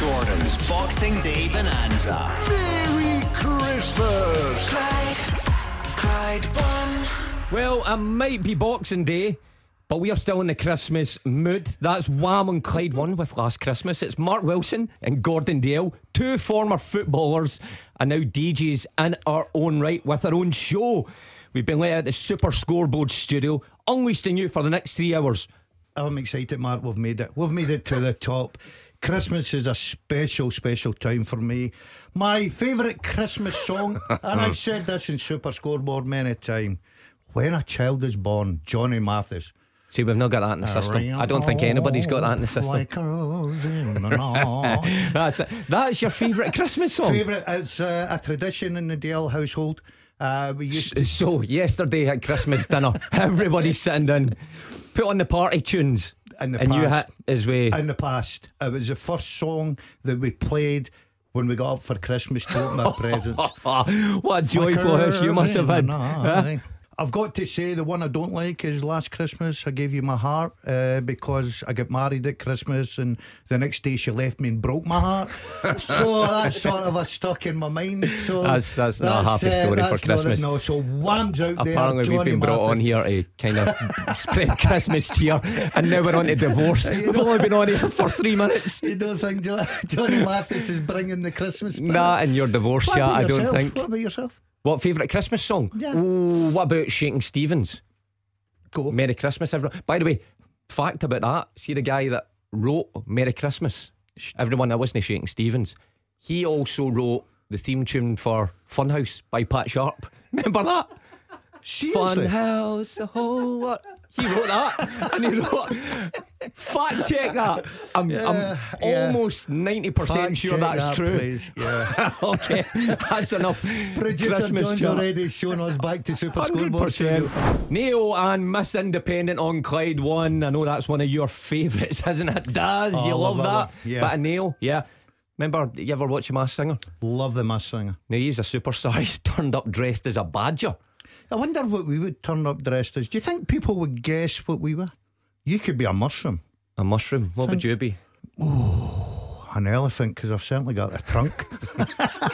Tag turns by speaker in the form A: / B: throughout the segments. A: Gordon's Boxing Day Bonanza.
B: Merry Christmas!
A: Clyde, Clyde One.
C: Well, it might be Boxing Day, but we are still in the Christmas mood. That's Wham and Clyde One with Last Christmas. It's Mark Wilson and Gordon Dale, two former footballers and now DJs in our own right with our own show. We've been let out the Super Scoreboard studio, unleashing you for the next three hours.
D: I'm excited, Mark. We've made it. We've made it to the top. Christmas is a special, special time for me. My favourite Christmas song, and I've said this in Super Scoreboard many a time. When a child is born, Johnny Mathis.
C: See, we've not got that in the system. I don't think anybody's got that in the system.
D: Like a rose in the night.
C: That's it. That's your favourite Christmas song.
D: Favourite is uh, a tradition in the Dale household. Uh, we used
C: S- So yesterday at Christmas dinner, everybody's sitting down, put on the party tunes,
D: In the
C: and you hit
D: past.
C: his way.
D: in the past. It was the first song that we played when we got up for Christmas to open our presents.
C: what a joyful house you
D: eh?
C: must have had!
D: uh,
C: Huh?
D: I've got to say the one I don't like is last Christmas. I gave you my heart uh, because I got married at Christmas, and the next day she left me and broke my heart. so that's sort of a stuck in my mind. So
C: That's- that's not a happy story for
D: that's not it,
C: Christmas.
D: No, so whams out there.
C: Uh, Apparently, we've
D: Johnny
C: been brought
D: Mathis.
C: on here to kind of spread Christmas cheer, and now we're on to divorce. We've only been on here for three minutes.
D: You don't think Jo- Johnny Mathis is bringing the Christmas? spirit?
C: Nah, and your divorce
D: What
C: chat,
D: about
C: I don't
D: yourself?
C: think.
D: What about yourself?
C: What favourite Christmas song?
D: Yeah.
C: Ooh, what about Shaking Stevens?
D: Go.
C: Merry Christmas, everyone. By the way, fact about that. See the guy that wrote Merry Christmas. Everyone that wasn't Shaking Stevens. He also wrote the theme tune for Funhouse by Pat Sharp. Remember that?
D: Seriously?
C: Funhouse, the whole what? He wrote that, and he wrote. Fact check that. I'm, I'm
D: yeah.
C: almost ninety
D: Fact
C: percent sure
D: check
C: that's
D: that,
C: true.
D: please. Yeah.
C: okay, that's enough.
D: Producer
C: Christmas
D: John's
C: chat.
D: already shown us back to Super Scoreboard. Studio.
C: 100%. Neo and Miss Independent on Clyde 1. I know that's one of your favourites, isn't it? Daz,
D: Oh, I
C: you love,
D: love that
C: that.
D: one. Yeah.
C: But a Neil, yeah. Remember, you ever watch Mass Singer?
D: Love the Mass Singer.
C: Now he's a superstar. He's turned up dressed as a badger.
D: I wonder what we would turn up dressed as. Do you think people would guess what we were? You could be a mushroom,
C: A mushroom. What would
D: Thank-
C: you be?
D: an elephant, because I've certainly got a trunk.
C: Are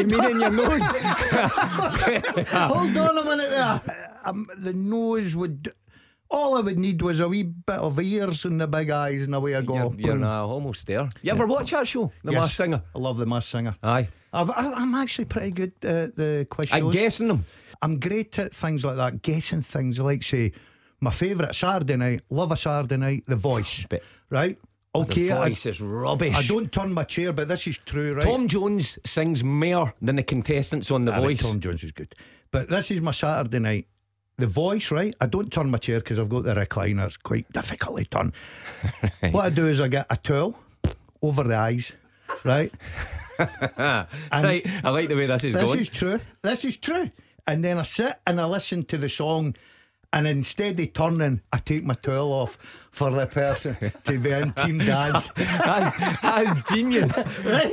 C: you meaning your nose?
D: Hold on a minute there. Um, the nose would. All I would need was a wee bit of ears and the big eyes, and away I go.
C: You're, you're nah, almost there. You ever watch that show, The
D: Yes,
C: Mass Singer?
D: I love the Mass Singer.
C: Aye.
D: I've, I, I'm actually pretty good at the quiz
C: I'm
D: shows.
C: guessing them.
D: I'm great at things like that, guessing things like say, my favourite Saturday night, love a Saturday night, The Voice,
C: But
D: right? Okay,
C: the
D: I-
C: voice is rubbish.
D: I don't turn my chair, but this is true, right?
C: Tom Jones sings more than the contestants on The
D: Ah, but
C: Voice.
D: Tom Jones is good, but this is my Saturday night. The voice, right? I don't turn my chair because I've got the recliner. It's quite difficult to turn. What I do is I get a towel over the eyes, right? And
C: right, I like the way this is
D: This
C: going.
D: is true. This is true. And then I sit and I listen to the song, and instead of turning, I take my towel off for the person to be in Team Daz.
C: That's, that's genius.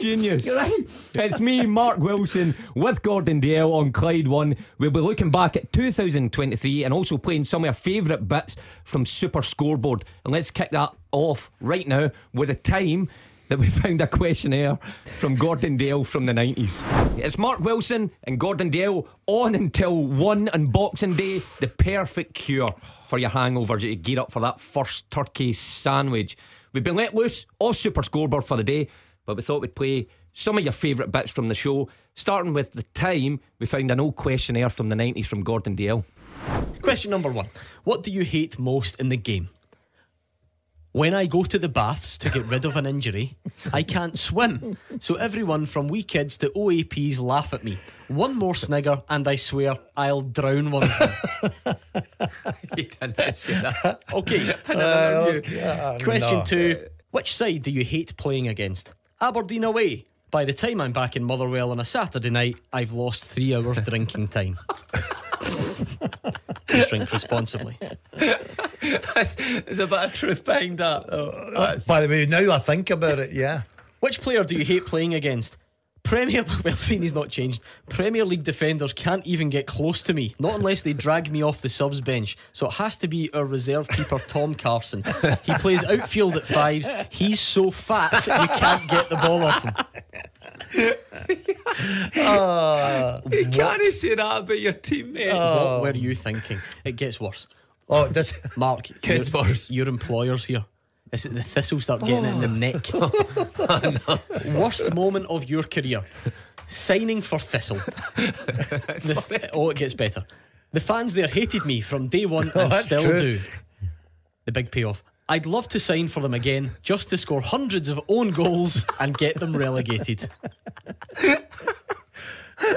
C: Genius.
D: Right.
C: It's me, Mark Wilson, with Gordon Dale on Clyde One. We'll be looking back at 2023 and also playing some of our favourite bits from Super Scoreboard. And let's kick that off right now with a time that we found a questionnaire from Gordon Dale from the 90s. It's Mark Wilson and Gordon Dale on until 1 on Boxing Day, the perfect cure for your hangover. You gear up for that first turkey sandwich. We've been let loose off Super Scoreboard for the day, but we thought we'd play some of your favourite bits from the show, starting with the time we found an old questionnaire from the 90s from Gordon Dale.
E: Question number one What do you hate most in the game? When I go to the baths to get rid of an injury, I can't swim. So everyone from wee kids to OAPs laugh at me. One more snigger, and I swear I'll drown one of them.
C: He didn't say that.
E: Okay. Uh, Question two Which side do you hate playing against? Aberdeen away. By the time I'm back in Motherwell on a Saturday night, I've lost three hours drinking time. Please Drink responsibly.
C: There's a bit of truth behind that.
F: By the way, now I think about it, yeah.
E: Which player do you hate playing against? Premier well, seeing he's not changed. Premier League defenders can't even get close to me, not unless they drag me off the subs bench. So it has to be our reserve keeper Tom Carson. He plays outfield at fives. He's so fat you can't get the ball off him.
F: You can't say that about your teammate.
E: What were you thinking? It gets worse.
F: oh, does
E: Mark,
F: Gets
E: your,
F: worse.
E: your employers here. Is it the thistles start getting it in the
F: Oh.
E: neck? Worst moment of your career. Signing for Thistle. The f- oh, it gets better. The fans there hated me from day one and
F: Oh, that's
E: still
F: true.
E: do. The big payoff. I'd love to sign for them again just to score hundreds of own goals and get them relegated.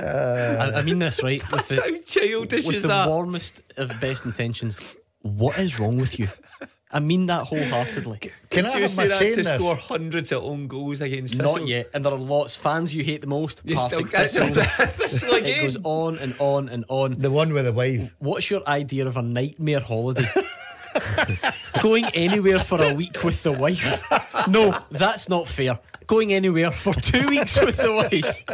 E: I, I mean this, right? With the-
F: how childish
E: Oh, with
F: is
E: the
F: that?
E: warmest of best intentions. What is wrong with you? I mean that wholeheartedly.
D: Can I
F: Did
D: have
F: you
D: my
F: say that
D: say in
F: to
D: this?
F: score hundreds of own goals against
E: Not
F: Thistle?
E: yet, and there are lots fans you hate the most.
F: You still
E: Partick
F: can't
E: Thistle.
F: Thistle
E: It
F: again.
E: goes on and on and on.
D: The one with the wave.
E: What's your idea of a nightmare holiday? Going anywhere for a week with the wife? No, that's not fair. Going anywhere for two weeks with the wife.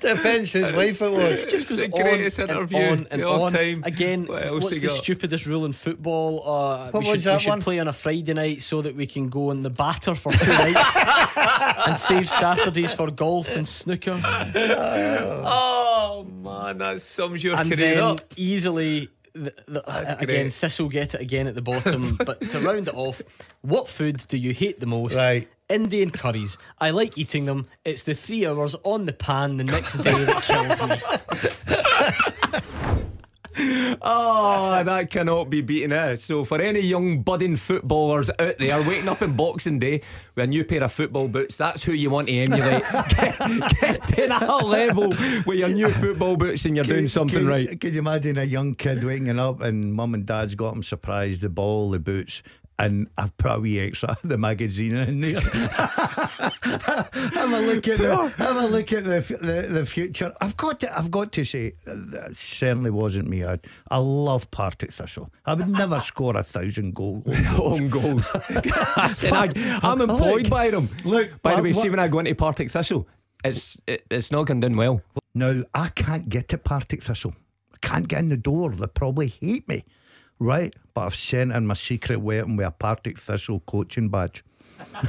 D: Depends whose wife
F: It's
D: it was.
F: just
E: Goes
F: the greatest
E: on and
F: interview
E: on and
F: of all
E: on.
F: time.
E: Again,
F: What else
E: what's
F: you
E: the
F: got?
E: stupidest rule in football? Uh,
D: What was
E: we should, we
D: that
E: should
D: one?
E: play on a Friday night so that we can go on the batter for two nights and save Saturdays for golf and snooker.
F: Oh man, that sums your
E: and
F: career
E: then
F: up.
E: easily the, the, uh, again
F: great.
E: thistle get it again at the bottom but to round it off what food do you hate the most
D: Right.
E: Indian curries. I like eating them. It's the three hours on the pan the next day that kills me.
C: Ah, that cannot be beaten out. So, for any young budding footballers out there waking up in Boxing Day with a new pair of football boots, that's who you want to emulate. get, get to that level with your new football boots and you're doing something
D: can,
C: right.
D: Can you imagine a young kid waking up and mum and dad's got him surprised, the ball, the boots, and I've put a wee extra of the magazine in there. have a look at the have a look at the, f- the the future. I've got to I've got to say that certainly wasn't me. I, I love Partick Thistle. I would never score a thousand goals.
C: Own goals. Fag, I'm employed
D: Look,
C: by them.
D: look,
C: by the
D: what-
C: way, see
D: what-
C: when I go into Partick Thistle, it's it, it's not going down well.
D: Now, I can't get to Partick Thistle. I can't get in the door. They probably hate me, right? But I've sent in my secret weapon with a Partick Thistle coaching badge. you,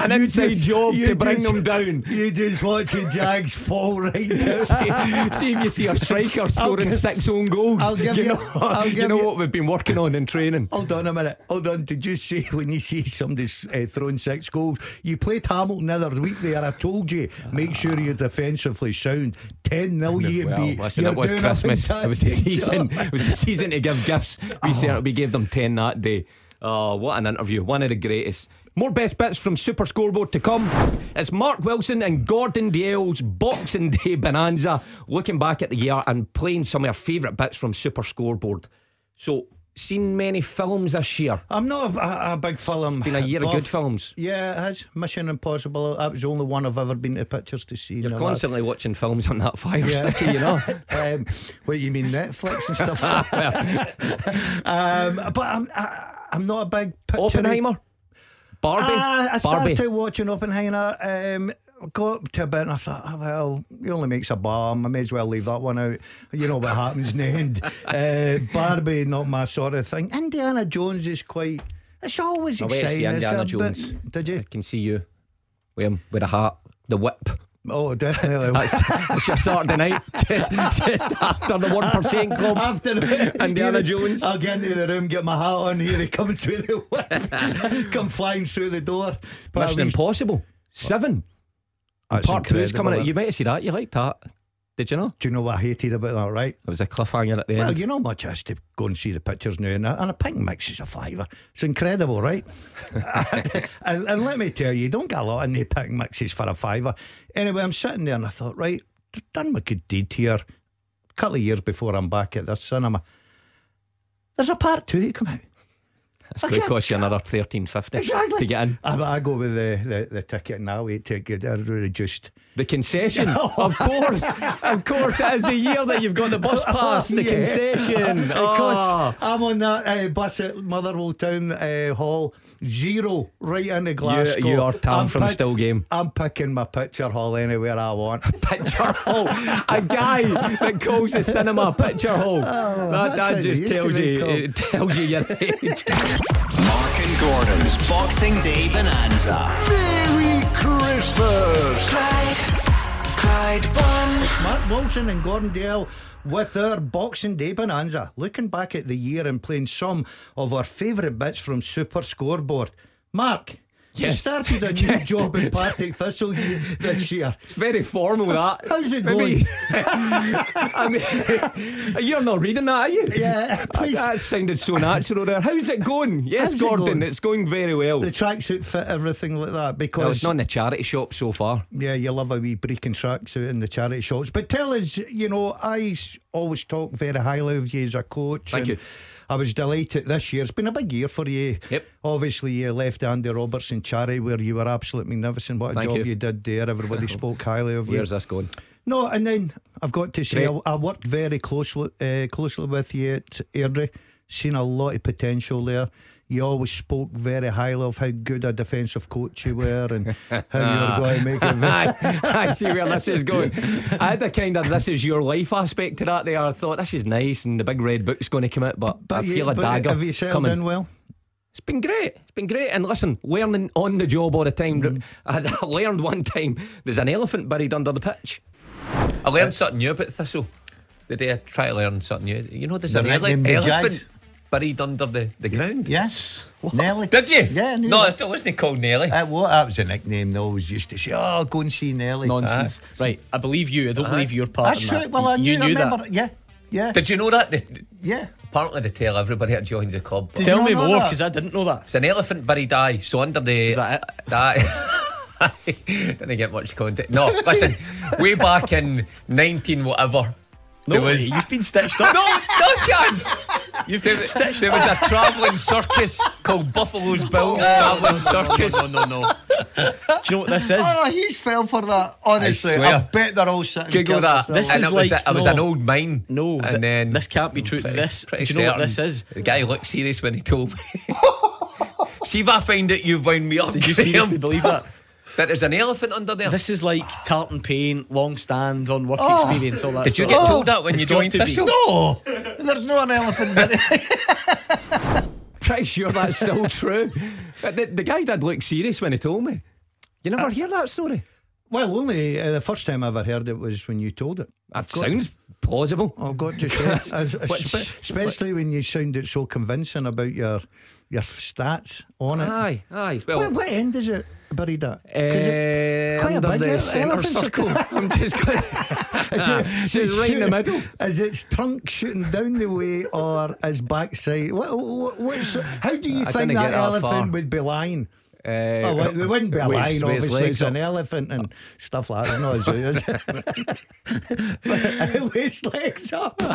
C: An
D: you
C: inside
D: just-
C: job
D: you
C: to bring
D: just-
C: them down.
D: You just watch the Jags fall right down.
C: see, see if you see a striker scoring
D: give-
C: six own goals.
D: I'll give
C: you
D: you-
C: know,
D: I'll
C: you
D: give
C: know
D: you- Oh,
C: what we've been working on in training.
D: Hold on a minute. Hold on. Did you see when you see somebody's uh, throwing six goals? You played Hamilton the other week there. I told you, make sure you're defensively sound. 10 0 you'd
C: Well,
D: be.
C: listen,
D: you're
C: it was
D: doing a
C: Christmas. It was the
D: fantastic
C: season.
D: job. Oh.
C: It was the season to give gifts. We said we gave them ten that day. Oh, what an interview! One of the greatest. More best bits from Super Scoreboard to come. It's Mark Wilson and Gordon Dale's Boxing Day Bonanza, looking back at the year and playing some of our favourite bits from Super Scoreboard. So, seen many films this year.
D: I'm not a, a- a big film.
C: Been a year of good films.
D: Yeah, it has. Mission Impossible. That was the only one I've ever been to pictures to see.
C: You're
D: No,
C: constantly watching films on that fire
D: Yeah.
C: sticky, you know.
D: that- um, what you mean Netflix and stuff? um, but I'm I, I'm not a big picture.
C: Oppenheimer, Barbie,
D: Ah, I
C: Barbie.
D: started watching Oppenheimer. Um, got to a bit and I thought, oh, well, he only makes a bomb. I may as well leave that one out. You know what happens in the end. Uh, Barbie, not my sort of thing. Indiana Jones is quite. It's always
C: I went to see
D: exciting. It's
C: Indiana
D: a bit-
C: Jones.
D: did you?
C: I can see you with him with a hat, the whip.
D: Oh, definitely.
C: That's, that's your Saturday night, just, just after the one percent club.
D: After the-
C: Indiana Jones.
D: I'll get into the room, get my hat on. Here he comes with the whip, come flying through the door. But
C: Mission
D: we-
C: Impossible Seven
D: That's
C: Part Two's
D: incredible,
C: coming out.
D: that.
C: You might have seen that. You liked that, did you know?
D: Do you know what I hated about that? Right.
C: It was a cliffhanger at the
D: Well,
C: end.
D: you know much has to go and see the pictures now, and a, and a pink mix is a fiver. It's incredible, right? and, and let me tell you, you don't get a lot in the pink mixes for a fiver. Anyway, I'm sitting there and I thought, right, done my good deed here. couple of years before I'm back at this cinema. There's a part two to come out.
C: It's going to cost you another thirteen fifty
D: Exactly.
C: to get in.
D: I, I go with the, the, the ticket and I'll wait to get it reduced.
C: The concession,
D: Oh.
C: of course, of course, it is a year that you've got the bus pass. The
D: Oh, Yeah.
C: concession,
D: Because
C: oh.
D: Eh, I'm on that uh, bus at Motherwell Town uh, Hall, zero right into Glasgow.
C: you are Tam
D: I'm
C: from Stillgame.
D: I'm picking my picture hall anywhere I want.
C: picture hall. A guy that calls the cinema picture hall. that
D: Oh, that's
C: that
D: what it
C: just
D: used to
C: tells
D: be
C: you,
D: called.
C: it tells you your age.
A: Mark and Gordon's Boxing Day Bonanza.
B: Merry Christmas!
A: Clyde, Clyde One.
D: Mark Wilson and Gordon Dale with their Boxing Day Bonanza, looking back at the year and playing some of our favourite bits from Super Scoreboard. Mark. You
C: Yes.
D: started a new
C: Yes.
D: job at Partick Thistle ye- this year.
C: It's very formal that.
D: How's it
C: Maybe- I mean, you're not reading that, are you?
D: Yeah, please.
C: That sounded so natural there. How's it going? Yes,
D: How's it
C: Gordon,
D: going?
C: it's going very well.
D: The tracksuit fit, everything like that,
C: Well,
D: because
C: it's not in the charity shop so far.
D: yeah, you love a wee breaking tracksuit in the charity shops. But tell us, you know, I s- always talk very highly of you as a coach.
C: Thank
D: and
C: you.
D: I was delighted this year. It's been a big year for you.
C: Yep.
D: Obviously, you left Andy Robertson Charity, where you were absolutely magnificent. What a
C: Thank
D: job
C: you.
D: you. did there. Everybody spoke highly of you.
C: Where's this going?
D: No, and then I've got to say, I,
C: Great.
D: I worked very closely uh, closely with you at Airdrie. Seen a lot of potential there. You always spoke very highly of how good a defensive coach you were and how you were going to make it. ve-
C: Ah. I, I see where this is going. I had a kind of this is your life aspect to that there. I thought this is nice and the big red book's going to come out, but, I
D: you-
C: feel a
D: but
C: dagger
D: Have you settled
C: coming.
D: in well?
C: It's been great. It's been great. And listen, learning on the job all the time.
D: Mm-hmm.
C: I, I learned one time there's an elephant buried under the pitch.
F: I learned something new about Thistle. The day I try to learn something new. You know, there's an
G: They
F: ele-
G: nicknamed the
F: elephant
G: Jags.
F: buried under the, the ground.
G: Yes. Nelly.
F: Did you?
G: Yeah, I knew
F: No,
G: that.
F: it wasn't called Nelly.
G: That, wa- that was a nickname they always used to say. Oh, go and see Nelly. Ah.
E: Nonsense. right, I believe you. I don't believe you're part
G: That's
E: in that.
G: right. Well, I
E: You-
G: knew,
E: you
G: I
E: knew that.
G: remember. Yeah. Yeah.
F: Did you know that? They-
G: yeah.
F: apparently, they tell everybody that joins the club.
G: Did
E: Tell
G: you
E: me
G: not know
E: more,
G: that?
E: because I didn't know that.
F: It's an elephant buried eye, so under the. Is
E: that
F: Didn't get much contact. No, listen, way back in 19 whatever.
E: No,
F: there was,
E: way, you've been stitched up.
F: No, no chance. You've there, was- there was a travelling circus called Buffalo's Bill's
E: Oh.
F: Travelling Circus.
E: No, no, no. Do you know what this is?
G: Oh, he's fell for that. Honestly, I,
F: swear.
G: bet they're all sitting.
F: Google
G: guilty
F: that.
G: as
E: This
G: hell.
F: and
E: is
F: it was,
E: like-
F: a, it was
E: no.
F: an old mine.
E: No,
F: and
E: th-
F: then
E: this can't be true.
F: Pretty-
E: This-
F: pretty
E: do you know what
F: certain.
E: this is?
F: The guy looked serious when he told me. See if I find out you've wound me up.
E: Did you seriously believe that?
F: that there's an elephant under there?
E: This is like tartan pain, long stand on work
G: Oh.
E: experience, all that.
F: Did you
E: sort of
F: get
C: Oh!
E: stuff.
F: told that when
E: It's
F: you
E: got
F: joined
E: to be.
F: Thistle?
G: No, there's no an elephant. But
C: Pretty sure that's still true. But the, the guy did look serious when he told me. You never hear that story.
D: Well, only uh, the first time I ever heard it was when you told it.
C: That sounds plausible.
F: Oh,
D: I've got to say, as- as
C: Which-
D: spe- especially when you sounded so convincing about your your stats on it.
C: Aye, aye. Well,
D: What, what end is it buried at? 'Cause it-
C: Ah. eh,
D: quite a
C: under
D: big
C: the
D: ele-
C: centre
D: elephant's a-
C: circle. I'm just going.
D: Is it
C: Just right in the
D: shoot-
C: middle.
D: Is its trunk shooting down the way or its backside? What, what, what's, how do you
C: I
D: think
C: didn't get
D: that,
C: that
D: elephant
C: far.
D: would be lying?
C: Uh,
D: Oh, well, they wouldn't be a
C: with
D: lion,
C: its- with its
D: obviously.
C: legs
D: It's an
C: up.
D: elephant and stuff like that. No, it's, it's, but its legs up.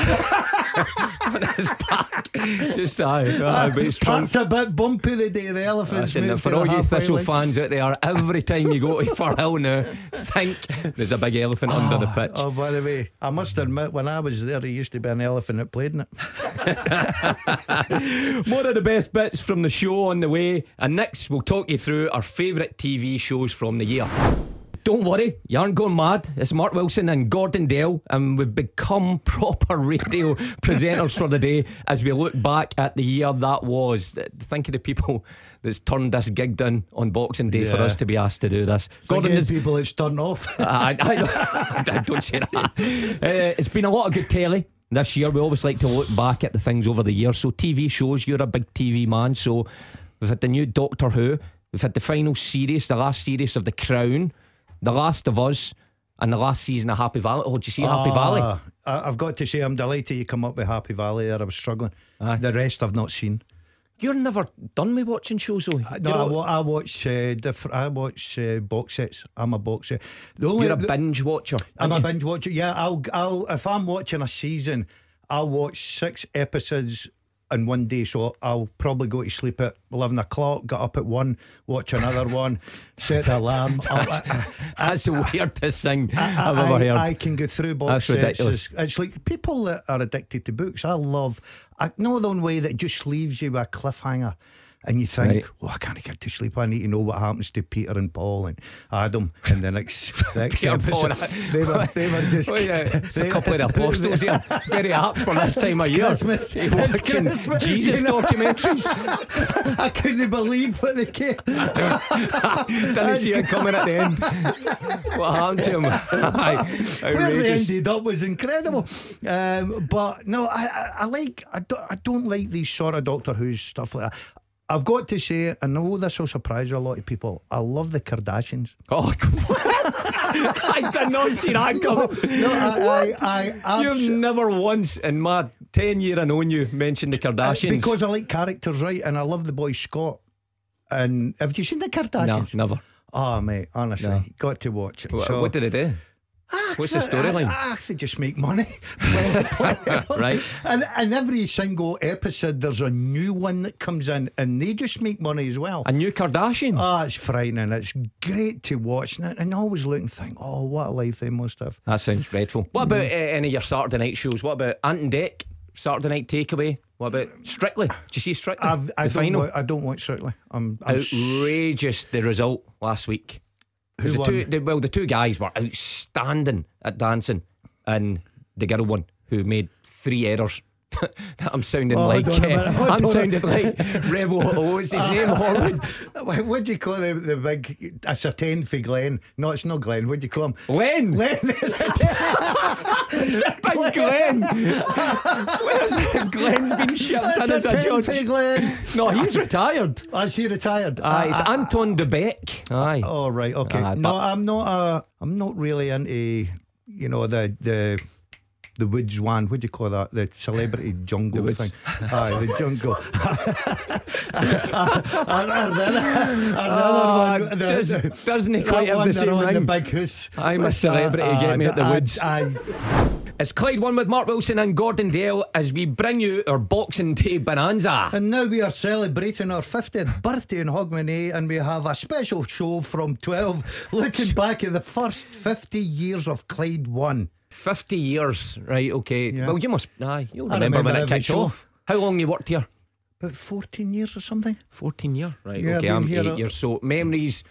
C: his back. Just aye, aye, but it's Ah, trunk.
D: That's a bit bumpy the day the elephants
C: Listen,
D: moved
C: for
D: to the
C: all you
D: halfway
C: Thistle
D: line.
C: fans out there, every time you go to Fir Hill now, think there's a big elephant under the pitch.
D: Oh, by the way, I must admit, when I was there, there used to be an elephant that played in it.
C: More of the best bits from the show on the way, and next we'll talk you through our favourite TV shows from the year. Don't worry, you aren't going mad. It's Mark Wilson and Gordon Dale, and we've become proper radio presenters for the day as we look back at the year that was. Think of the people that's turned this gig down on Boxing Day for
D: Yeah.
C: us to be asked to do this. Gordon,
D: Again,
C: is-
D: people, it's turned off.
C: I, I, I don't say that. Uh, it's been a lot of good telly this year. We always like to look back at the things over the years. So TV shows, you're a big TV man. So we've had the new Doctor Who. We've had the final series, the last series of The Crown, The Last of Us, and the last season of Happy Valley. Oh, did you see Happy Valley?
D: Ah, I, I've got to say, I'm delighted you come up with Happy Valley there. I was struggling. The rest I've not seen.
C: You're never done with watching shows, though.
D: Uh, No,
C: you're,
D: I,
C: a-
D: wa- I watch uh, different. I watch uh, box sets. I'm a box set. The only
C: you're a
D: the-
C: binge watcher.
D: I'm a
C: aren't you?
D: binge watcher. Yeah, I'll. I'll. If I'm watching a season, I'll watch six episodes in one day, so I'll probably go to sleep at eleven o'clock. Get up at one, watch another one, set the alarm. I'll-
C: That's the weirdest thing
D: I,
C: I've ever heard.
D: I can go through box
C: That's
D: sets.
C: ridiculous.
D: It's, it's like people that are addicted to books. I love. I know the one way that just leaves you with a cliffhanger, and you think,
C: Right.
D: "Oh, I can't get to sleep. I need to know what happens to Peter and Paul and Adam." And the next, next
C: Peter Paul
D: episode,
C: and I-
D: they were they were just
C: Oh, yeah. There's a
D: they-
C: couple of apostles here. Very apt for this time of
D: It's
C: year.
D: Christmas.
C: They
D: It's
C: watching
D: Christmas,
C: Jesus
D: you know.
C: documentaries.
D: I couldn't believe what they came.
C: Didn't see it coming at the end. What happened to him? Aye,
D: Where they
C: Outrageous.
D: ended up was incredible. Um, but no, I, I, I like I don't, I don't like these sort of Doctor Who stuff like that. I've got to say, I know this will surprise a lot of people. I love the Kardashians.
C: Oh, I did not see that coming.
D: No, I, I, I
C: You've
D: abso-
C: never once in my 10 year I known you mentioned the Kardashians.
D: Uh, because I like characters, right? And I love the boy Scott. And have you seen the
C: no,
D: Kardashians?
C: never.
D: Oh, mate, honestly,
C: No.
D: got to watch it.
C: Wha-
D: So- Ah, uh,
C: what did it do? What's the storyline?
D: I, I, they just make money. right.
C: Right.
D: And, and every single episode, there's a new one that comes in, and they just make money as well.
C: A new Kardashian.
D: Ah, it's frightening. It's great to watch. And, and I always look and think, oh, what a life they must have.
C: that sounds dreadful. What
D: Mm-hmm.
C: about uh, any of your Saturday night shows? What about Ant and Deck? Saturday night takeaway? What about Strictly? Did you see Strictly?
D: I've, I,
C: the
D: don't
C: final.
D: wa- I don't watch Strictly. I'm, I'm s-
C: Outrageous the result last week. 'Cause
D: Who
C: the two,
D: won?
C: the, well, the two guys were outstanding at dancing, and the girl one who made three errors. I'm sounding
D: Oh, I
C: like
D: don't know
C: uh,
D: about- I
C: I'm
D: don't know.
C: sounding like Revo. Oh, what's his name? Horwood.
D: What what do you call the, the big? It's a ten for Glenn. No, it's not Glenn. What do you call him?
C: Glenn.
D: Glenn is a ten.
C: Big Glenn. Where's Glenn's been shipped in
D: It's
C: as
D: a
C: a
D: ten for
C: judge.
D: Glenn.
C: No, he's retired.
D: Is he retired?
C: Uh,
D: I-
C: it's
D: I-
C: Anton de Beck. Aye.
D: Oh right, okay.
C: Ah,
D: no,
C: but-
D: I'm not. Uh, I'm not really into you know the the the woods one. What do you call that? The celebrity jungle
C: woods.
D: thing. Aye, the jungle. and, and the other- and the other
C: Ah,
D: one, the-
C: just
D: the-
C: doesn't he
D: that
C: quite have
D: one
C: the
D: that
C: same
D: on The
C: ring?
D: big house.
C: I'm a
D: What's that?
C: celebrity, get
D: Ah,
C: me at the
D: I-
C: woods.
D: I-
C: It's Clyde One with Mark Wilson and Gordon Dale as we bring you our Boxing Day Bonanza.
D: And now we are celebrating our 50th birthday in Hogmanay, and we have a special show from 12 looking back at the first 50 years of Clyde 1.
C: 50 years, right? Okay.
D: Yeah.
C: Well, you must, aye, you'll
D: I
C: remember,
D: remember
C: when it
D: every
C: kicked
D: show.
C: off. How long you worked here?
D: About 14 years or something?
C: 14 year. Right,
D: Yeah, I've
C: okay,
D: been
C: I'm
D: here
C: eight
D: a-
C: years. So, memories.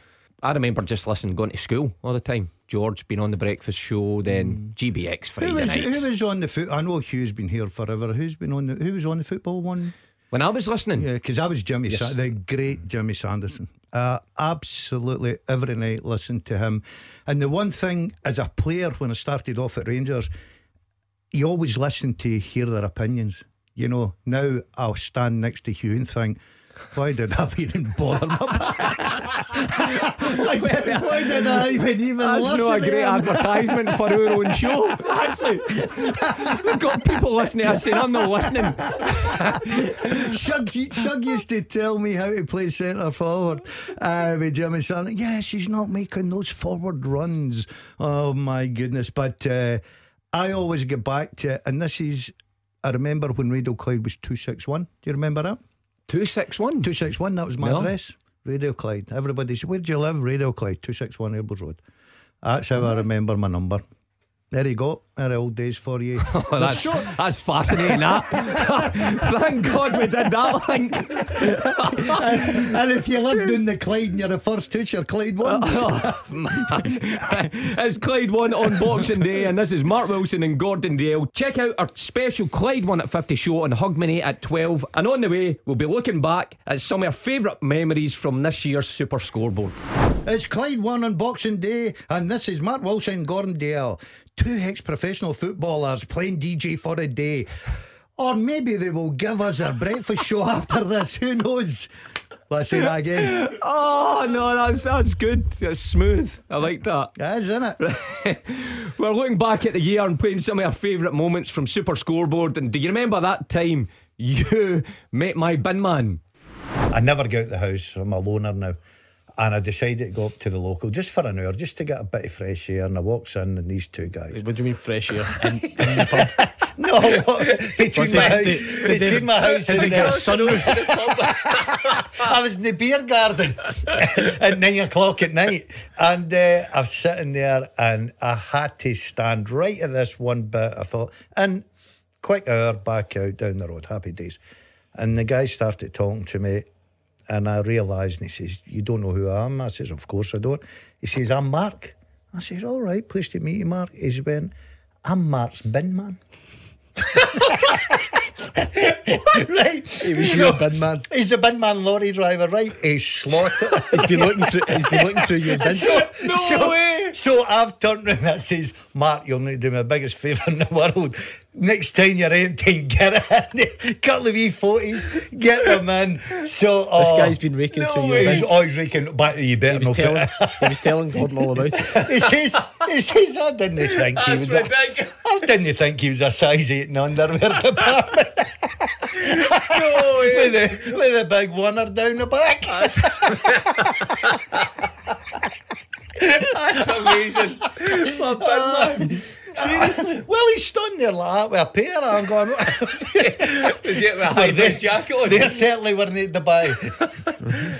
C: I remember just listening, going to school all the time. George being on the breakfast show, then GBX Friday
D: Mm. Who was,
C: nights.
D: who was on the foot? I know Hugh's been here forever. Who's been on the? Who was on the football one?
C: when I was listening,
D: Yeah, because I was Jimmy, Sa- the great Jimmy Sanderson. Uh, absolutely every night listened to him. And the one thing as a player when I started off at Rangers, you always listen to hear their opinions. You know, now I'll stand next to Hugh and think. Why did I even bother? my- why, did, why did I even even
C: That's
D: listen
C: not a
D: to
C: great
D: him?
C: advertisement for our own show. Actually, we've got people listening. I saying I'm not listening.
D: Shug, Shug used to tell me how to play centre forward uh, with Jimmy Sutton. Yeah, she's not making those forward runs. Oh my goodness! But uh, I always get back to, and this is, I remember when Radio Clyde was two six one. Do you remember that?
C: Two six one.
D: Two six one. That was my
C: No.
D: address. Radio Clyde. Everybody said, "Where do you live?" Radio Clyde, two six one Airbus Road. That's how I remember my number. There you go. There are old days for you.
C: Well, that's, that's fascinating. That. Thank God we did that link.
D: and if you lived in the Clyde and you're a first teacher, Clyde one.
C: Oh, man. it's Clyde One on Boxing Day, and this is Mark Wilson and Gordon Dale. Check out our special Clyde One at 50 show on Hogmanay at 12. And on the way, we'll be looking back at some of our favourite memories from this year's Super Scoreboard.
D: It's Clyde One on Boxing Day, and this is Matt Wilson, Gordon Dale, two ex professional footballers playing DJ for a day. Or maybe they will give us a breakfast show after this, who knows? Let's say that again.
C: Oh, no, that's, that's good. It's smooth. I like that.
D: That is, isn't it?
C: We're looking back at the year and playing some of our favourite moments from Super Scoreboard. And do you remember that time you met my bin man?
D: I never go out the house. I'm a loner now. and I decided to go up to the local just for an hour, just to get a bit of fresh air. And I walks in, and these two guys.
E: What do you mean fresh air? In, in the pub?
D: No, between my house,
E: Did they-
D: between my house
E: Has it
D: and
E: got a
D: the,
E: sunroof?
D: I was in the beer garden at nine o'clock at night, and uh, I was sitting there, and I had to stand right at this one bit. I thought, and quick hour back out down the road, happy days, and the guy started talking to me. And I realised, and he says, You don't know who I am? I says, Of course I don't. He says, I'm Mark. I says, All right, pleased to meet you, Mark. He's went, I'm Mark's bin man. right. He was
E: your bin man.
D: He's a bin man lorry driver, right? He's slaughtered.
E: He's been looking through. He's been looking through your bin.
D: no so, way. So I've turned around and I says, Mark, you'll need to do me the biggest favour in the world. Next time you're emptying, get it in. Cut the wee forties, get them in. So
E: This
D: oh,
E: guy's been raking through your
D: He's
E: bin.
D: always raking back. You better
E: He was
D: not put
E: telling.
D: it.
E: He was telling Gordon all about it.
D: He says, he says, I didn't think he was. A, I didn't think he was a size eight in underwear department. with, a, with a big oneer down the back.
F: amazing.
D: well, he's standing there like that with a pair. I'm going.
F: Is it with a high
D: they-
F: vis jacket on?
D: They certainly weren't at Dubai.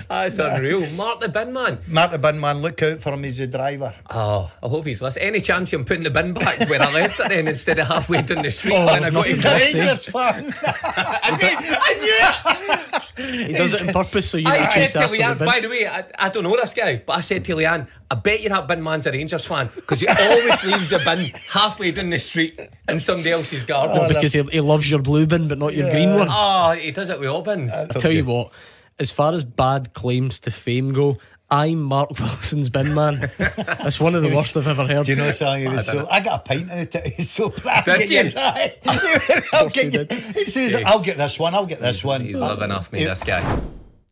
F: That's unreal. Mark the bin man.
D: Mark the bin man, look out for him. He's a driver.
F: Oh, I hope he's listening. Any chance of him putting the bin back where I left it then instead of halfway down the
E: Oh,
F: street when I got him
D: He's a
F: back?
D: Rangers fan.
F: I said, I knew it.
E: He does it on purpose, so you
F: I
E: don't chase
F: said to
E: after
F: Leanne,
E: the
F: by
E: bin.
F: the way, I, I don't know this guy, but I said to Leanne, I bet you that bin man's a Rangers fan because he always leaves the bin halfway down the street in somebody else's garden.
E: Well, because he, he loves your blue bin, but not your green one.
F: Oh, he does it with all bins.
E: I tell you what, as far as bad claims to fame go, I'm Mark Wilson's bin man. That's one of the worst I've ever heard.
D: Do you know something? He was so, I got a pint in it. He's so proud.
F: Did
D: Get
F: you?
D: your- I'll get you. He says, I'll get this one. I'll get this one.
F: He's loving off me,
D: Yeah.
F: this guy.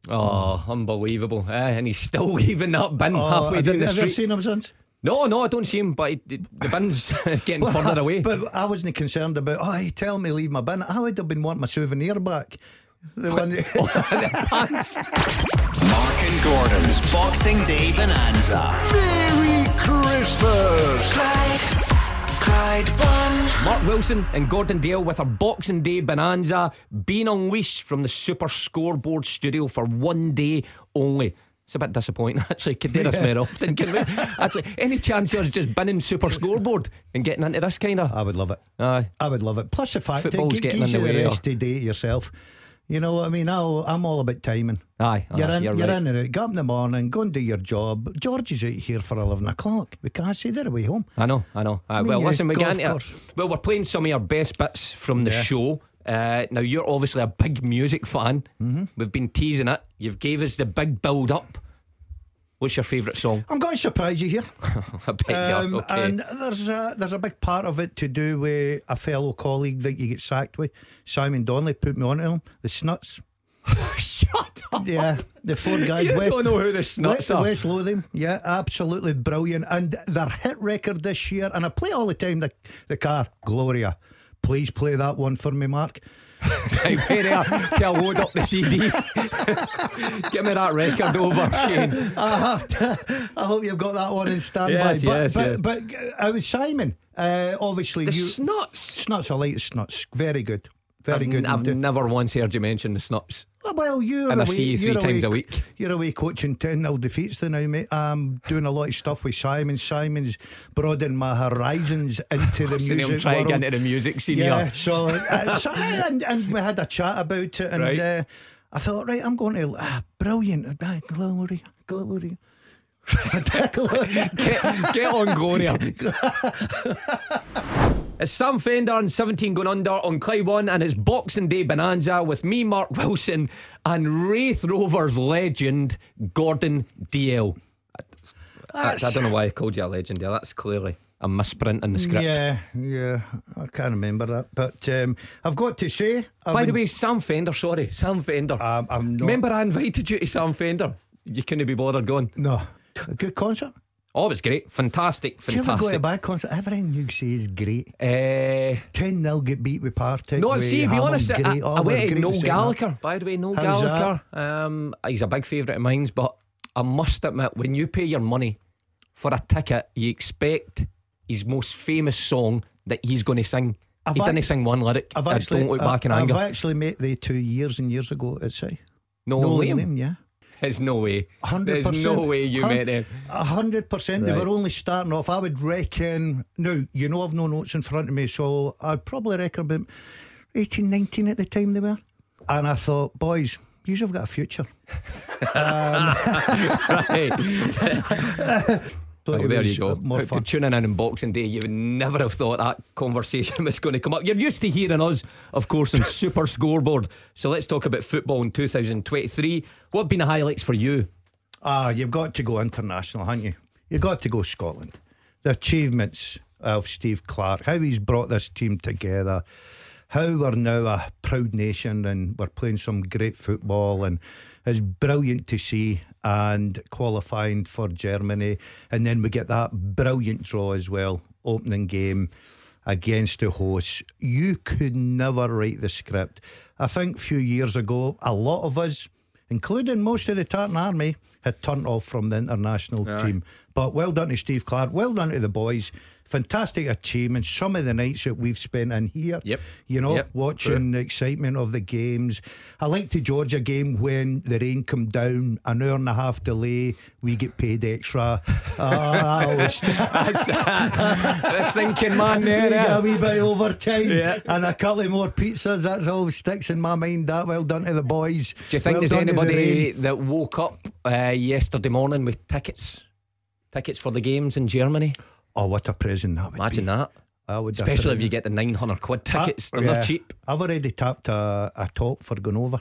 C: Oh, unbelievable. Eh, and he's still leaving that bin
D: Oh,
C: halfway
D: have
C: down
D: you-
C: the
D: have you ever
C: street.
D: seen him since?
C: No, no, I don't see him, but he- the the bin's getting further away.
D: But I wasn't concerned about, oh, he tell me leave my bin. I would have been wanting my souvenir back. The one.
A: Mark and Gordon's Boxing Day Bonanza.
B: Merry Christmas!
H: Clyde, Clyde One.
C: Mark Wilson and Gordon Dale with our Boxing Day bonanza being unleashed from the Super Scoreboard studio for one day only. It's a bit disappointing, actually. Could do this more often, can we? Actually, any chance there's just been in Super Scoreboard and getting into this kind of.
D: I would love it.
C: Aye.
D: I would love it. Plus the fact
C: Football's
D: it gi-
C: getting
D: gives
C: in
D: you
C: the
D: the
C: way,
D: rest to date yourself. You know what I mean? I'll, I'm all about timing.
C: Aye, aye,
D: you're in,
C: you're
D: you're,
C: right.
D: in and out. Get up in the morning, go and do your job. George is out here for eleven o'clock. We can't say they're away home.
C: I know, I know. Uh,
D: mean,
C: well,
D: you're
C: listen, we
D: golf
C: get into it.
D: course.
C: Well, we're playing some of your best bits from the show. Uh, now, you're obviously a big music fan. Mm-hmm. We've been teasing it. You've gave us the big build up. What's your favourite song?
D: I'm going to surprise you here.
C: I bet you.
D: Um,
C: are. Okay.
D: And there's a there's a big part of it to do with a fellow colleague that you get sacked with. Simon Donnelly put me onto him. The snuts.
C: Shut up.
D: Yeah, the four guys.
C: You
D: West,
C: don't know who the snuts
D: West,
C: are.
D: West Lothian. Yeah, absolutely brilliant. And their hit record this year, and I play all the time. The the car, Gloria. Please play that one for me, Mark.
C: Hey, hey there. Tell load up the CD. Give me that record over, Shane.
D: I have to. I hope you've got that one in standby.
C: Yes,
D: but,
C: yes,
D: but,
C: yes.
D: but uh, I was Simon. Uh, obviously,
C: The
D: you
C: Snuts.
D: snuts. I like the snuts. Very good. Very good.
C: I've
D: indeed.
C: never once heard you mention the Snuts.
D: Oh, Well, you're
C: And I
D: away,
C: see you three
D: you're
C: times
D: away,
C: a week.
D: You're away coaching 10 0 defeats tonight, mate. I'm doing a lot of stuff with Simon. Simon's broadened my horizons into the
C: Seen him
D: music
C: try and
D: world.
C: get into the music scene
D: yeah,
C: here.
D: so, uh, so I, and, and we had a chat about it, and
C: Right.
D: uh, I thought, right, I'm going to ah, brilliant, ah, glory, glory.
C: Get, get on, Gloria. It's Sam Fender and 17 Going Under on Clyde One, and it's Boxing Day Bonanza with me, Mark Wilson, and Wraith Rovers legend Gordon DL. I, I don't know why I called you a legend there. That's clearly a misprint in the script.
D: yeah, yeah, I can't remember that, but um, I've got to say, I've
C: By
D: been-
C: the way, Sam Fender, sorry, Sam Fender.
D: Um, I'm not-
C: Remember, I invited you to Sam Fender. You couldn't be bothered going.
D: no, a good concert.
C: Oh, it was great, fantastic,
D: Do you ever go to a
C: fantastic.
D: bad concert? Everything you say is great.
C: Eh,
D: 10 0 get beat with Partick.
C: No,
D: with
C: see, to be
D: Hammond,
C: honest, I,
D: great,
C: I
D: oh,
C: went
D: we're
C: to
D: great
C: Noel
D: with St.
C: Gallagher. By the way, Noel
D: How's
C: Gallagher, um, he's a big favourite of mine's, but I must admit, when you pay your money for a ticket, you expect his most famous song that he's going to sing.
D: I've
C: he didn't
D: act-
C: sing one lyric.
D: I've
C: I
D: actually,
C: don't look back in
D: I, have
C: anger.
D: actually met the two years and years ago at City.
C: no,
D: No
C: Liam.
D: Liam, yeah.
C: There's no way.
D: 100%.
C: There's no way you
D: Hun-
C: met him.
D: a 100%. They
C: Right.
D: were only starting off. I would reckon, now, you know, I've no notes in front of me, so I'd probably reckon about 18, 19 at the time they were. And I thought, boys, you have got a future.
C: Hey.
D: So
C: Well,
D: it
C: Oh, there
D: was
C: you go.
D: More
C: But
D: fun.
C: Tuning in on Boxing Day, you would never have thought that conversation was going to come up. You're used to hearing us, of course, on Super Scoreboard. So let's talk about football in 2023. What have been the highlights for you?
D: Ah, you've got to go international, haven't you? You've got to go Scotland. The achievements of Steve Clark, how he's brought this team together, how we're now a proud nation and we're playing some great football, and it's brilliant to see. And qualifying for Germany, and then we get that brilliant draw as well, opening game against the hosts. You could never write the script. I think a few years ago, a lot of us including most of the Tartan Army, had turned off from the international team. But well done to Steve Clark, well done to the boys. Fantastic achievement. Some of the nights that we've spent in here,
C: Yep.
D: you know,
C: Yep.
D: watching the excitement of the games. I like the Georgia game when the rain come down, an hour and a half delay, we get paid extra. Uh, I always
C: That's the thinking man
D: you
C: there.
D: get
C: eh?
D: a wee bit overtime
C: Yeah.
D: and a couple of more pizzas. That's all sticks in my mind. That well done to the boys.
C: Do you think
D: Well
C: there's
D: done to the rain.
C: anybody that woke up uh, yesterday morning with tickets? Tickets for the games in Germany?
D: Oh, what a present that would
C: Imagine
D: be.
C: that.
D: I would
C: Especially if
D: definitely-
C: you get the 900 quid
D: Ah,
C: tickets. They're
D: yeah.
C: not cheap.
D: I've already tapped a, a top for going over.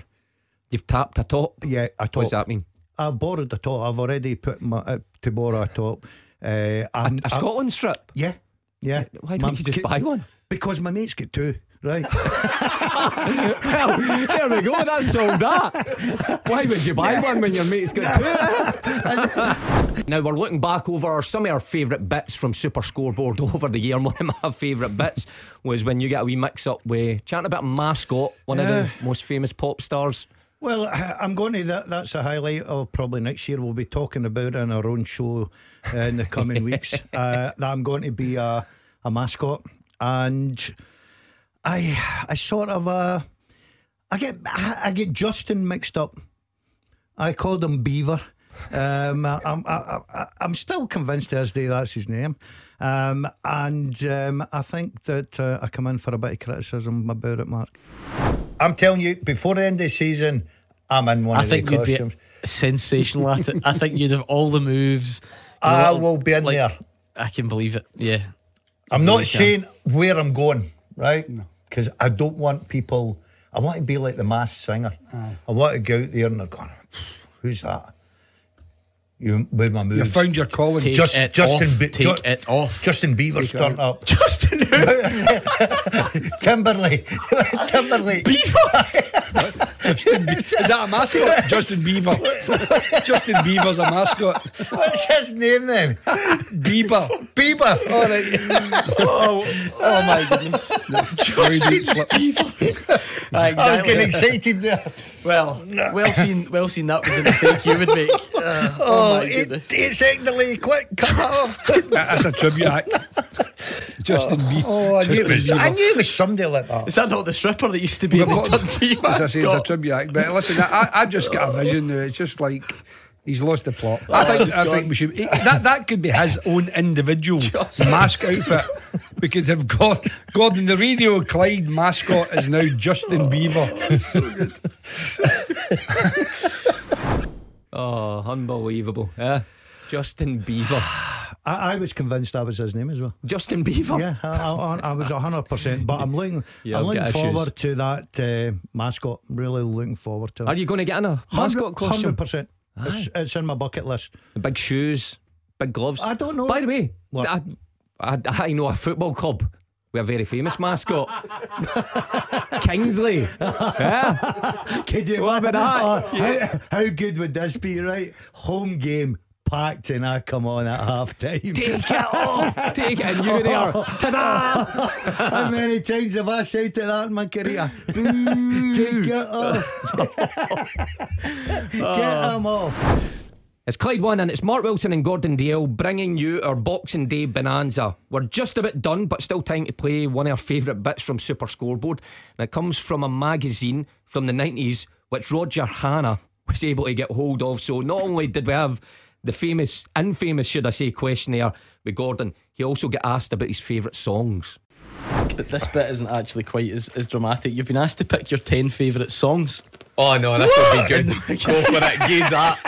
C: You've tapped a top.
D: Yeah, a top.
C: What does that mean?
D: I've borrowed a top. I've already put my uh, to borrow a top. Uh,
C: A,
D: and
C: a
D: I-
C: Scotland strip?
D: Yeah, yeah.
C: Why
D: My-
C: don't you just buy one?
D: Because my mates get two. Right.
C: Well, there we go. That solved that. Why would you buy one when your mate's got two? now we're looking back over some of our favourite bits from Super Scoreboard over the year. And one of my favourite bits was when you get a wee mix up with chatting about mascot, one of the most famous pop stars.
D: Well, I- I'm going to that. That's the highlight of probably next year. We'll be talking about it on our own show uh, in the coming weeks. Uh, that I'm going to be a, a mascot, and I I sort of uh, I get I I get Justin mixed up. I called him Beaver. Um, I- I'm I, I, I'm still convinced as day that's his name, um, and um, I think that uh, I come in for a bit of criticism about it, Mark.
G: I'm telling you, before the end of the season, I'm in one
E: I
G: of the
E: think you'd be
G: costumes.
E: sensational at it. I think you'd have all the moves. You know,
G: I
E: little-
G: will be in
E: like-
G: there.
E: I can believe it. Yeah.
G: I'm
E: really
G: not
E: can.
G: saying where I'm going, right? Because I don't want people. I want to be like the mass singer. I want to go out there and they're going, "Who's that?" You with my moves.
B: You found your calling.
E: Take
G: Just-
E: it
G: Justin
E: off.
G: Bi-
E: Take
G: Ju-
E: it off.
G: Justin Bieber's turned up.
E: Justin
G: Timberlake, Timberlake.
B: Is that a mascot? Justin Beaver. Justin Beaver's a mascot.
G: What's his name then?
B: Bieber.
G: Bieber. All right.
B: Oh my goodness. Very deep slip.
E: Ah,
G: I was getting
E: exactly.
G: excited there.
E: Well, well seen, well seen. That was the mistake you would make. Uh, oh,
G: Oh,
E: my
G: eight,
E: goodness.
G: eight second delay. Quick, cut that off.
B: That's a tribute act. Justin Bieber.
G: Oh, I knew, it
B: Justin
G: was, I
B: Bieber.
G: knew it was somebody like that.
E: Is that not the stripper that used to be
B: We've
E: able
B: got-
E: to turn to you?
B: As I say, it's a
E: Scott?
B: tribute act. But listen, I, I just get a vision now. It's just like he's lost the plot. I think, I think we should. That that could be his own individual mask outfit. We could have got Gordon the Radio Clyde mascot is now Justin Bieber.
C: Oh, unbelievable. Eh? Justin Beaver.
D: I, I was convinced that was his name as well.
C: Justin Beaver.
D: Yeah, I, I, I was hundred percent. But I'm looking,
C: Yeah, I've
D: I'm
C: got
D: looking
C: issues.
D: forward to that uh, mascot. Really looking forward to
C: Are
D: that.
C: you going to get in a mascot costume?
D: Hundred percent. It's, it's in my bucket list.
C: Big shoes, big gloves.
D: I don't know.
C: By the way,
D: What?
C: I, I, I know a football club with a very famous mascot, Kingsley. Yeah.
D: Could you?
C: What about that?
D: Oh, how, how good would this be? Right, home game packed, and I come on at half time.
C: Take it off. Take it, and you there. Ta-da!
D: How many times have I shouted that in my career? Boo, Take it off. Get him off.
C: It's Clyde One and it's Mark Wilson and Gordon Dale bringing you our Boxing Day bonanza. We're just about done, but still time to play one of our favourite bits from Super Scoreboard. And it comes from a magazine from the 90s, which Roger Hanna was able to get hold of. So not only did we have the famous, infamous, should I say, questionnaire with Gordon, he also got asked about his favourite songs.
E: But this bit isn't actually quite as, as dramatic. You've been asked to pick your 10 favourite songs.
F: Oh no, this would be good.
G: Oh,
F: Go for it. Geez that.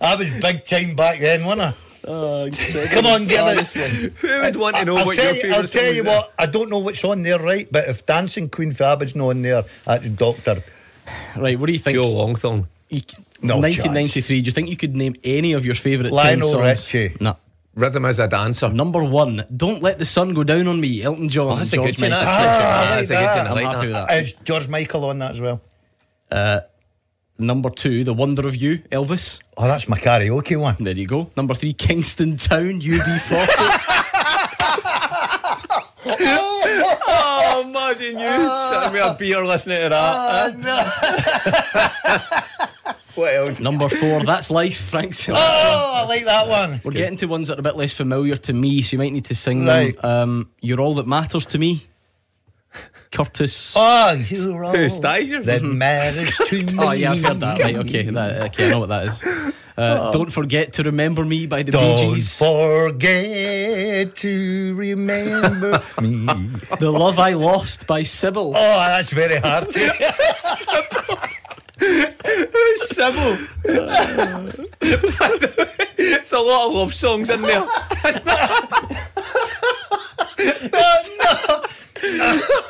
G: I was big time back then, wasn't I?
E: Oh,
G: Come on, give it.
E: Honestly.
F: Who would want to know
G: I'll
F: what
G: tell you-
F: your favourite
G: I'll tell
F: song
G: you
F: is?
G: what, I don't know what's on there, right? But if Dancing Queen Fabbage not on there, that's doctored.
E: Right, what do you think?
F: Joe Longthorn.
E: You c-
G: No
E: 1993, do you think you could name any of your favourite 10
G: Lionel
E: songs?
G: Richie.
E: No.
F: Rhythm is a dancer.
E: Number one, Don't Let the Sun Go Down on Me, Elton John.
F: Oh, that's a
E: George
F: good one.
E: Michael.
F: actually.
G: Ah,
F: Yeah, that's a
G: I like that.
F: good one. I
E: I'm
F: like
E: happy with that.
G: Is George Michael on that as well?
E: Number two, The Wonder of You, Elvis.
G: Oh, that's my karaoke one.
E: There you go. Number three, Kingston Town, UB40.
F: Oh, imagine you sitting with a beer listening to that. eh?
G: Oh,
F: what else?
E: Number four, That's Life, Frank
F: Ah!
E: Sinatra.
G: Oh, I like that one.
E: We're getting to ones that are a bit less familiar to me, so you might need to sing
G: Right.
E: them. Um, You're All That Matters to Me, Curtis.
G: Oh, you were all
F: Who, Steiger?
G: that matters to me.
E: Oh, yeah, I've heard that. Right, okay, that, okay, I know what that is.
F: Oh.
E: Uh, Don't Forget to Remember Me by the Bee
G: Don't
E: Gees.
G: forget to remember me. Oh,
E: the Love I Lost by Sybil.
F: Oh,
G: that's very hard.
F: Sybil. it's a lot of love songs in there.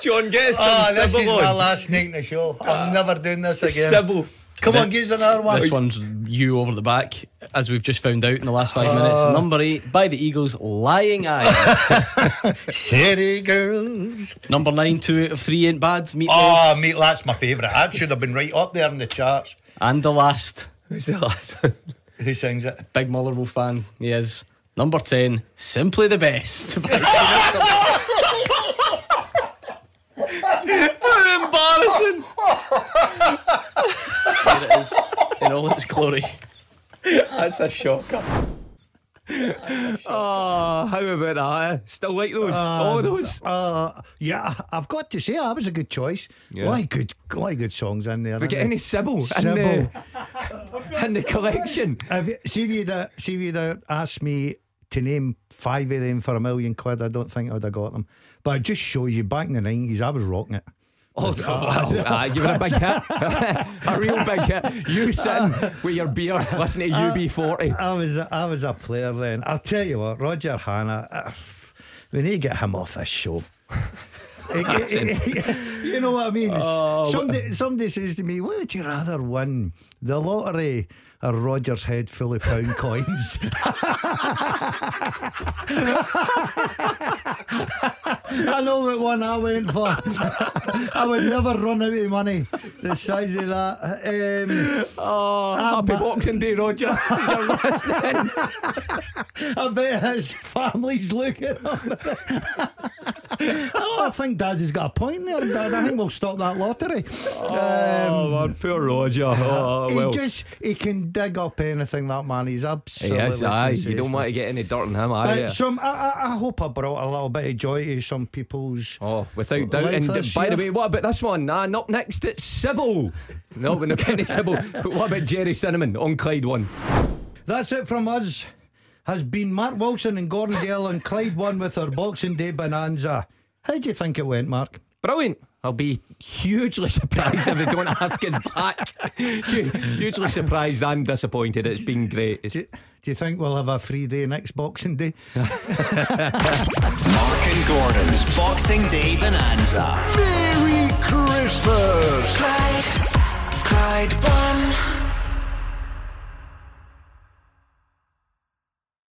F: John, get us
G: Oh,
F: some
G: this is
F: Sybil
G: my
F: on.
G: last night in the show. I'm never doing this again.
F: Sybil.
G: Come on, give us another one.
E: This one's you over the back, as we've just found out in the last five minutes.
F: Ah.
E: Number eight by the Eagles, Lying Eyes.
G: City girls.
E: Number nine, two out of three ain't bad. Meet
G: Oh, mate, that's my favourite. That should have been right up there in the charts.
E: and the last,
F: Who's the last one?
G: Who sings it?
E: big Mullerville fan. He is number ten, simply the best.
F: Embarrassing.
E: Here it is in all its glory.
F: That's a shocker.
C: Oh, how about that? eh? Still like those? All Oh, those?
D: Oh, Uh, yeah, I've got to say that was a good choice.
C: Yeah.
D: Why good, why good songs in there.
C: We get
D: aren't
C: any
D: there?
C: Sybil, in
D: Sybil.
C: the in the collection?
D: If you- see if you'd uh, see if you'd uh, asked me to name five of them for a million quid, I don't think I'd have got them. But it just shows you back in the nineties, I was rocking it.
C: Oh, wow. Ah, you were a big hit. a real big hit. You sitting with your beer listening to UB40.
D: I was a, I was a player then. I'll tell you what, Roger Hanna, uh, we need to get him off this show. you know what I mean? somebody, somebody says to me, "What would you rather win, the lottery or Roger's head full of pound coins?" I know what one I went for. I would never run out of money. The size of that. Um,
C: Oh, happy Boxing Day, Roger. You're listening.
D: I bet his family's looking at him. oh, I think Daz has got a point there, Dad. I think we'll stop that lottery.
C: Oh, man, poor Roger. Oh,
D: he
C: well.
D: just he can dig up anything that man. He's absolutely.
C: Yes, aye. You
D: sensational.
C: don't want to get any dirt on him,
D: Uh,
C: are you?
D: Some, I, I, I hope I brought a little bit of joy to some people's.
C: Oh, without
D: Like
C: doubt. And
D: this
C: by the
D: year.
C: way, what about this one? Nah, up next it's Sybil. No, we're not getting Sybil. But what about Jerry Cinnamon on Clyde One?
D: That's it from us. Has been Mark Wilson and Gordon Dale and Clyde one with their Boxing Day bonanza. How do you think it went, Mark?
C: Brilliant. I'll be hugely surprised if they don't ask us back. Hu- hugely surprised and disappointed. It's been great. It's
D: Do you, do you think we'll have a free day next Boxing Day?
A: Mark and Gordon's Boxing Day Bonanza.
H: Merry Christmas. Clyde, Clyde One.